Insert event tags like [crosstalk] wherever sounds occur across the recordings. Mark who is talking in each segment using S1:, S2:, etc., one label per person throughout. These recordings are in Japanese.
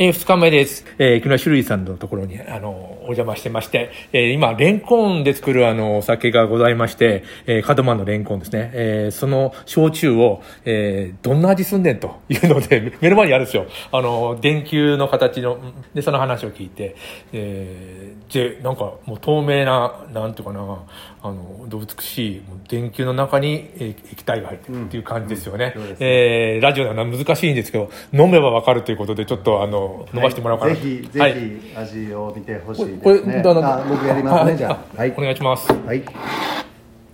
S1: えー、2日目です。えー、木村種類さんのところに、あの、お邪魔してまして、えー、今、レンコンで作る、あの、お酒がございまして、えー、カドマのレンコンですね。えー、その焼酎を、えー、どんな味すんねんというので、目の前にあるんですよ。あの、電球の形の、で、その話を聞いて、えー、で、なんか、もう透明な、なんていうかな、あの、美しい、電球の中に、えー、液体が入ってるっていう感じですよね。うんうん、ねえー、ラジオなら難しいんですけど、飲めばわかるということで、ちょっと、あの、伸ばしてもらおうかな、
S2: はい、ぜひ、はい、ぜひ味を見てほしいですねこれあ僕やりますねじゃ
S1: はい、お願いします、
S2: はい、
S1: こ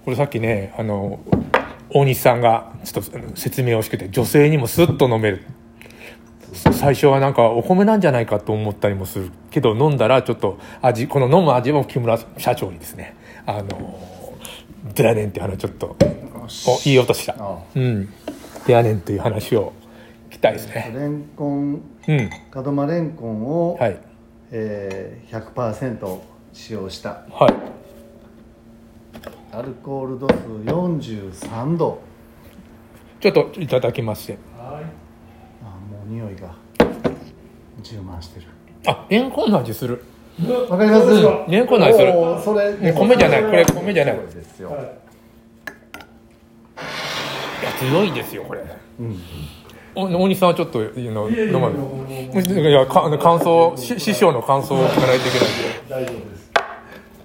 S1: れさっきねあの大西さんがちょっと説明をしてて女性にもスッと飲める最初はなんかお米なんじゃないかと思ったりもするけど飲んだらちょっと味この飲む味を木村社長にですねあの「でやねん」ってあのちょっとおいい音した「うん、でやねん」という話をきたいですね。
S2: レンコン、うん、門間レンコンを、はいえー、100%使用した、
S1: はい、
S2: アルコール度数43度
S1: ちょっといただきまして、
S2: はい、あもう匂いが充満してる
S1: あレンコンの味する、
S2: わかります、うん
S1: レンコンの味する
S2: それ、ね、
S1: 米じゃないこれ米じゃないですよ、はい、いや強いですよこれ、うん大西さんはちょっとの飲まないいやか感想師匠の感想を聞かないといけない
S2: んで大丈夫です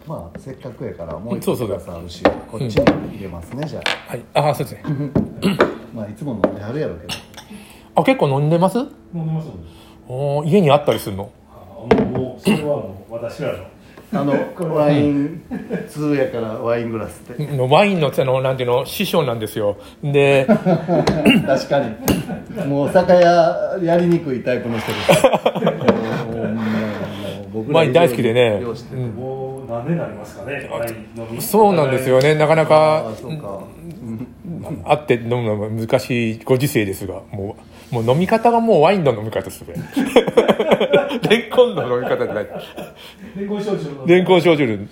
S2: まあせっかくやからもう一個くださるしこっちに入れますね、うん、じゃ
S1: あはいああそうですね
S2: まあいつも飲んではるやろうけど
S1: あ結構飲んでます飲
S3: んでます
S1: お家にあったりするの
S3: もうそれはもう私らの
S2: あのワイン通やからワイングラスって
S1: ワインのあのなんていうの師匠なんですよ [laughs] で
S2: 確かにもう酒屋やりにくいタイプの人です
S1: [laughs] ワイン大好きでね、
S3: うん、もう何年になりますかね
S1: そうなんですよねなかなかあって飲むのは難しいご時世ですがもうもう飲み方がもうワインの飲み方ですね [laughs] レンコンの飲み方じゃない
S3: レンコン焼酎
S1: レンコン焼酎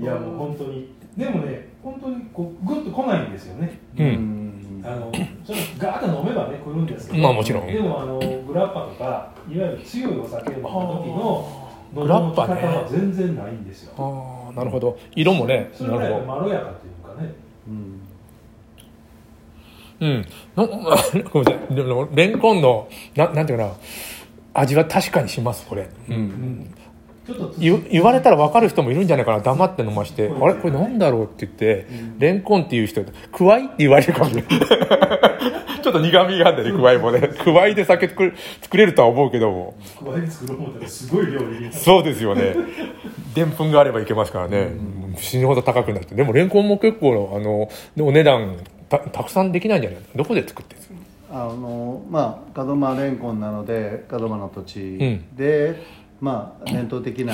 S3: いやもう本当にでもね本当にこうグッと来ないんですよね
S1: うん
S3: あのそれガーッと飲めばね来るんですけど
S1: まあもちろん
S3: でもあのグラッパとかいわゆる強いお酒を飲む時の
S1: グラッパね
S3: 全然ないんですよ
S1: ああなるほど色もね
S3: それぐらいまろやかというかねうん
S1: うん、ごめんなさ [laughs] い。でも、レンコンの、ななんていうかな、味は確かにします、これ。うんうん、ちょっと言言われたら分かる人もいるんじゃないかな、黙って飲まして、あれこれなんだろうって言って、うん、レンコンっていう人、くわいって言われるかもしれない。 [laughs] ちょっと苦味があんだね、くわいもね。くわいで酒作れるとは思うけども。
S3: くわい作ろうってすごい料理
S1: そうですよね。でんぷんがあればいけますからね。死ぬほど高くなって。でも、レンコンも結構、あの、お値段、たたくさんできないんじゃないどこで作ってるんですか
S2: あのまあ門間レンコンなので門間の土地で、うん、まあ伝統的な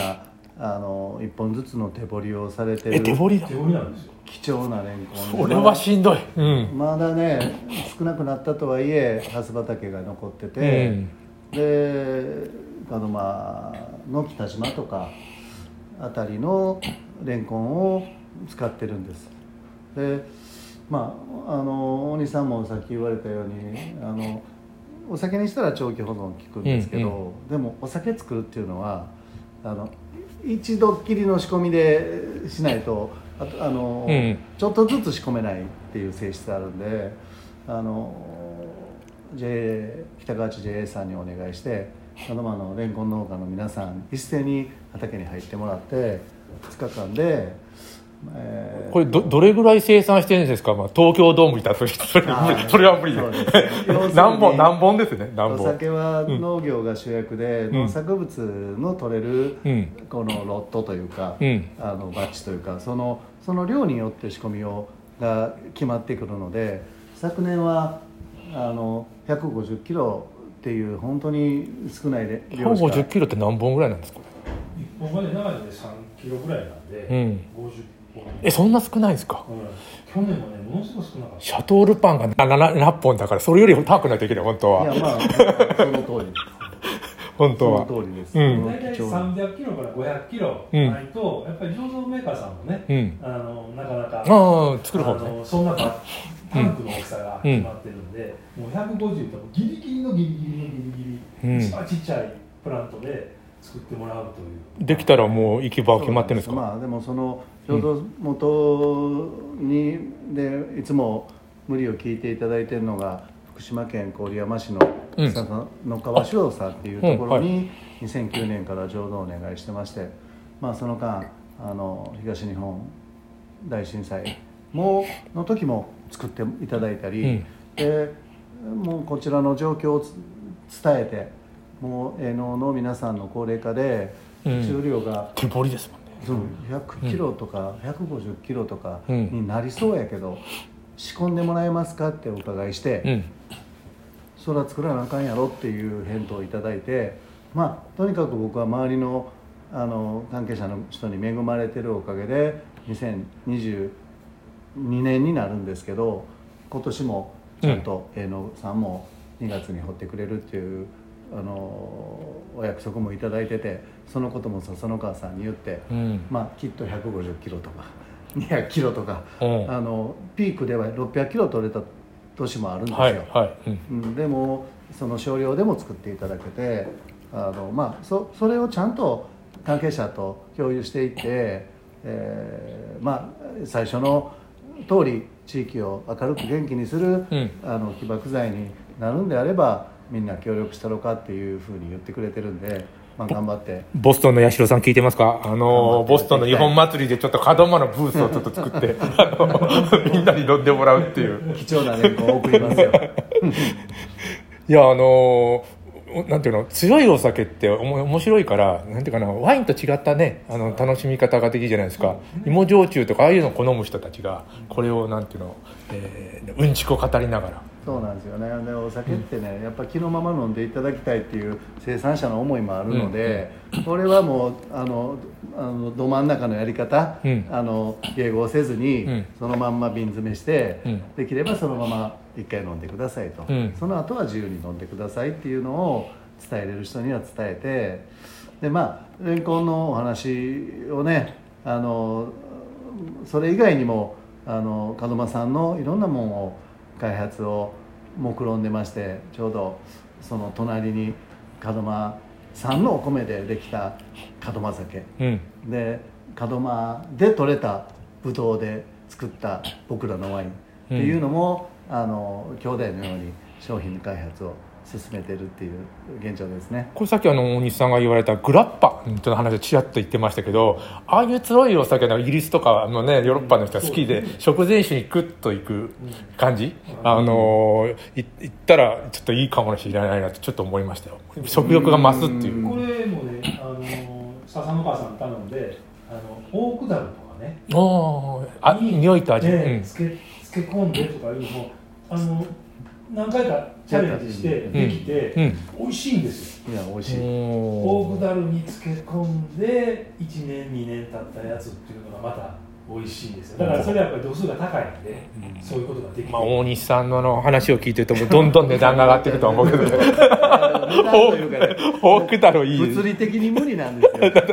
S2: あの一本ずつの手掘りをされてる
S1: え手掘り
S3: 手掘りなんですよ
S2: 貴重なレンコ
S1: そ
S2: ン、
S1: れはしんどい、うん
S2: まだね少なくなったとはいえハス畑が残ってて、うん、で門間の北島とかあたりのレンコンを使ってるんですでまあ、あの大西さんもさっき言われたようにあのお酒にしたら長期保存効くんですけど、うんうん、でもお酒作るっていうのはあの一度っきりの仕込みでしないとああの、うんうん、ちょっとずつ仕込めないっていう性質あるんであの JA 北河内 JA さんにお願いしてあの、まあのレンコン農家の皆さん一斉に畑に入ってもらって2日間で。
S1: えー、これどどれぐらい生産してるんですか、まあ、東京ドームにたとそれそれは無理でで、ね、何本何本ですね何本
S2: お酒は農業が主役で、うん、農作物の取れる、うん、このロットというか、うん、あのバッチというかそのその量によって仕込みをが決まってくるので昨年はあの150キロっていう本当に少ない量
S1: しか150キロって何本ぐらいなんですか
S3: 1本がね長いで3キロぐらいなんで、うん、50
S1: えそんな少ないんですか、うん、
S3: 去年もねものすごく少なかった
S1: シャトールパンが 7, 7本だからそれより高くないといけない本当はい
S2: やまあその通り
S1: 本当は
S2: その通りです、
S3: うん、大体300キロから500キロないと、うん、やっぱり醸造メーカーさんもね、うん、あのなかなか
S1: あ作る方、ね、
S3: そんなタンクの大きさが決まってるんで、もう150ってギリギリのギリギリのギリギリ、うん、一番ちっちゃいプラントで作ってもらうという
S1: できたらもう行き場は決まってるんですか
S2: まあでもそのちょうど元に、でいつも無理を聞いていただいてるのが福島県郡山市の
S1: うん
S2: 草野川修道さんっていうところに2009年から浄土をお願いしてまして、まあ、その間あの東日本大震災もの時も作っていただいたり、
S1: うん
S2: でもうこちらの状況をつ伝えてもう営農の皆さんの高齢化で
S1: うん
S2: 重量が
S1: 手掘りですもんね
S2: そう100キロとか150キロとか
S1: うん
S2: になりそうやけど、仕込んでもらえますかってお伺いして、
S1: うん
S2: それは作らなあかんやろっていう返答をいただいてまあとにかく僕は周りのあの関係者の人に恵まれてるおかげで2022年になるんですけど今年もちゃんと営農さんも2月に掘ってくれるっていう。あのお約束もいただいててそのことも笹野川さんに言って、
S1: うん
S2: まあ、きっと150キロとか200キロとか、
S1: うん
S2: あのピークでは600キロ取れた年もあるんですよ、
S1: はいはいうん
S2: うん、でもその少量でも作っていただけてあの、まあ、そそれをちゃんと関係者と共有していって、えーまあ、最初の通り地域を明るく元気にする、
S1: うん
S2: あの起爆剤になるんであればみんな協力したろかっていうふうに言ってくれてるんで、まあ、頑張って。
S1: ボストンの八代さん聞いてますかあのー、ボストンの日本祭りでちょっと門間のブースをちょっと作って、 [laughs] あのーみんなに飲んでもらうっていう。
S2: 貴重な連行を送りますよ
S1: いや、あのーなんていうの強いお酒っておも面白いからなんていうかなワインと違ったねあの楽しみ方ができるじゃないですか芋焼酎とかああいうのを好む人たちがこれをなんていうの、えーうんちくを語りながら
S2: そうなんですよねでお酒ってねやっぱ気のまま飲んでいただきたいっていう生産者の思いもあるので、これはもうあのあのど真ん中のやり方、
S1: うん
S2: あの迎合せずに、
S1: うん
S2: そのまんま瓶詰めして、
S1: うん
S2: できればそのまま一回飲んでくださいと、
S1: うん
S2: その後は自由に飲んでくださいっていうのを伝えれる人には伝えてでまあレンコンのお話をねあのそれ以外にもあの門間さんのいろんなもんを開発を目論んでましてちょうどその隣に門間さんのお米でできた門間酒
S1: うん
S2: で門間で採れたブドウで作った僕らのワインっていうのも、あの兄弟のように商品開発を進めてるっていう現状ですね
S1: これさっきあの大西さんが言われたグラッパとの話をちらっと言ってましたけどああいう強いお酒のイギリスとかのねヨーロッパの人は好きで食前酒にグッといく感じ、あのーい行ったらちょっといいかもしれないなとちょっと思いましたよ食欲が増すっていううん
S3: これもねあの笹の川さん頼んであのオークダムとかね
S1: おーあ匂いと味、
S3: ねつけつけ込んでとかいうのもあの何回かチャレンジしてできて、
S1: うん
S3: 美味しいんですよ
S2: いや美味し
S1: う
S2: い、
S1: ん
S3: オ
S1: お
S3: ー
S1: ー
S3: クダルにつけ込んで1年2年経ったやつっていうのがまた美味しいんですよだからそれはやっぱり度数が高いんで、そういうことができる、
S1: まあ、大西さんのあの話を聞いてるともうどんどん値段が上がってると
S2: [laughs]
S1: 思うけど
S2: 値段というかね
S1: 多くだろいい
S2: [laughs] 物理的に無理なんで
S1: [laughs]
S2: すよ150リッ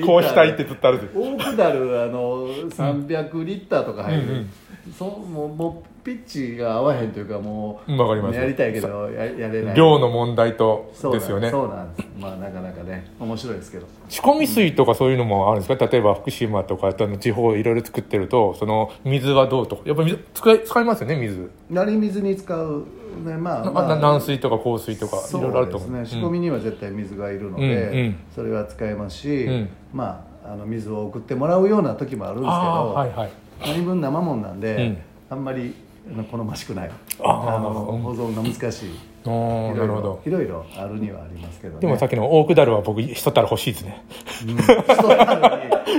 S2: ター
S1: こうしたいってずっとあるで
S2: 多くなるあの300リッターとか入る、
S1: うん
S2: そうもうもうピッチが合わへんというかもう、
S1: うんわかります
S2: やりたいけどややれない
S1: 量の問題と
S2: そうなん
S1: ですよね
S2: そうなんですまあなかなかね面白いですけど
S1: 仕込み水とかそういうのもあるんですか例えば福島とかあとあの地方いろいろ作ってるとその水はどうとかやっぱり水使い使いますよね水、
S2: なり水に使うねまあ、
S1: な
S2: まあ、
S1: な軟水とか硬水とかいろいろあると思う
S2: そうですね仕込みには絶対水がいるので、
S1: うんうん
S2: それは使えますし、
S1: うん
S2: まああの水を送ってもらうような時もあるん
S1: うん
S2: ですけど、
S1: ああはいはい
S2: 何分生もんなんで、
S1: うん
S2: あんまりあの好ましくない
S1: あー
S2: あの
S1: うん
S2: 保存が難しい、
S1: あー
S2: い
S1: な
S2: ろ
S1: るほ
S2: いろ
S1: ど
S2: いろいろあるにはありますけど、ね、
S1: でもさっきのオークダルは僕一たら欲しいですね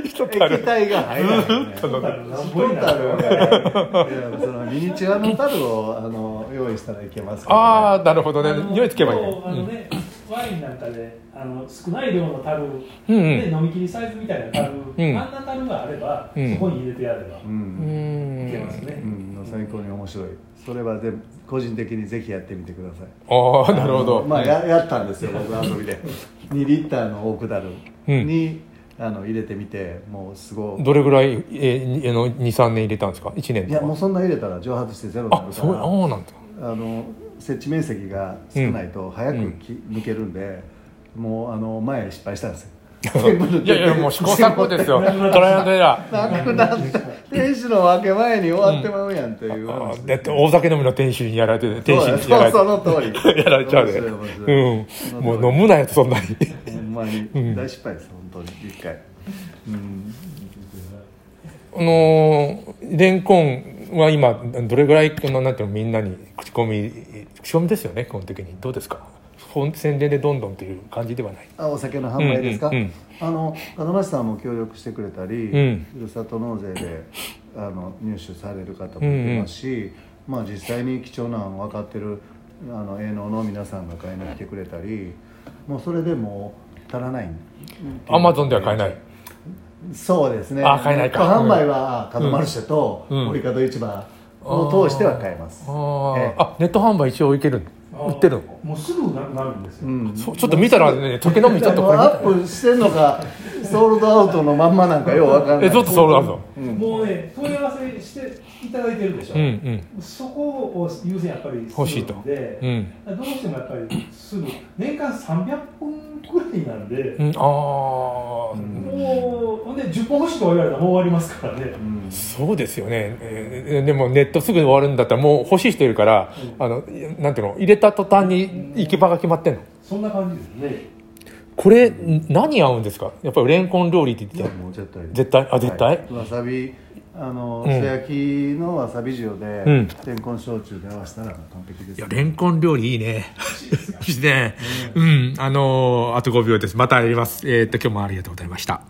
S2: 一樽
S1: [laughs]
S2: に液体が入らないよね
S1: その
S3: 何
S2: ト
S3: 本になる
S2: がいやそのミニチュアの樽をあの用意したらいけますけど、ね、
S1: ああなるほどね
S3: あの
S1: 匂いつけばいいね
S3: もうあのね、ワインなんかであの少ない量の樽
S1: うんうん
S3: で飲み切りサイズみたいな樽、
S1: ん
S3: あんな樽があれば、
S1: うん
S3: そこに入れてやれば、
S2: う、
S1: うんん
S3: いけますね、
S2: うん、最高に面白いそれはで個人的にぜひやってみてください
S1: ああなるほ
S2: あ
S1: ど
S2: のまあややったんですよ僕遊びで2リッターのオークダルに、あの入れてみてもうすごい
S1: どれぐらい、えーにあの23年入れたんですか1年
S2: い
S1: と
S2: や
S1: か
S2: もうそんな入れたら蒸発してゼロにな
S1: あ
S2: るか
S1: そう
S2: ら
S1: ああなんだ
S2: あの設置面積が少ないと早くき、抜けるんでもうあの前失敗したんですよ
S1: いやいや、もう試行錯誤ですよ。 [laughs] トライアンドエラー。
S2: なくなった天使の分け前に終わってまうやんっていう
S1: あ
S2: 話
S1: だって大酒飲みの店主にやられて、店主にやら
S2: そう
S1: れて。
S2: その通
S1: [laughs]
S2: り
S1: やられちゃうね。
S2: 面白い
S1: う
S2: 面白
S1: ん。
S2: い
S1: もう飲むなよ、そんなに。
S2: ほんまに大失敗です本当に一回うん
S1: あのーレンコンは今、どれぐらい、この、なんていうの、みんなに口コミ、口コミですよね、基本的に。どうですか本宣伝でどんどんという感じではない。
S2: あお酒の販売ですか、
S1: うんうんうん
S2: あの門松さんも協力してくれたり、
S1: ん
S2: ふるさと納税であの入手される方もいますし、まあ、実際に貴重なの分かってるあの営農の皆さんが買いに来てくれたりもうそれでもう足らない
S1: アマゾンでは買えない。
S2: そうですね
S1: あ買えないか
S2: ネット販売は門マルシェと
S1: うん
S2: 折り角市場を通しては買えます、
S1: あ
S2: ええ
S1: ーあ、ネット販売一応いける。売ってる。
S3: もうすぐなくなるんですよ、
S2: うん
S1: そうちょっと見たらね、時飲みちょっとこれ見
S2: ア
S1: た
S2: ップしてんのかソールドアウトのまんまなんかようわかんな
S1: え、
S2: い
S1: ちょっとそうなんぞ。
S3: もうね問い合わせしていただいてるでしょ、
S1: うんうん。
S3: そこを優先やっぱり
S1: 欲しいと
S3: するので
S1: う、ん。
S3: どうしてもやっぱりすぐ年間300本くらいなんで、
S1: うん、ああ、
S3: もうほんで10本欲しいとか言われたらもう終わりますからね、
S2: うん
S1: そうですよね、えーでもネットすぐ終わるんだったらもう欲しい人いるから、
S3: う
S1: あのなんていうの入れた途端に行き場が決まってんの
S3: そんな感じですね
S1: これん何合うんですかやっぱりレンコン料理って
S2: い
S1: 言っ
S2: や
S1: て
S2: もう絶対
S1: 絶対あ
S2: はい
S1: 絶対、
S2: わさびあの、
S1: うん
S2: 素焼きのわさび塩で、
S1: うん
S2: レンコン焼酎で合わせたら完璧です
S1: いやレンコン料理いいね [laughs] いいねうんあのーあと5秒ですまたやりますえーっと今日もありがとうございました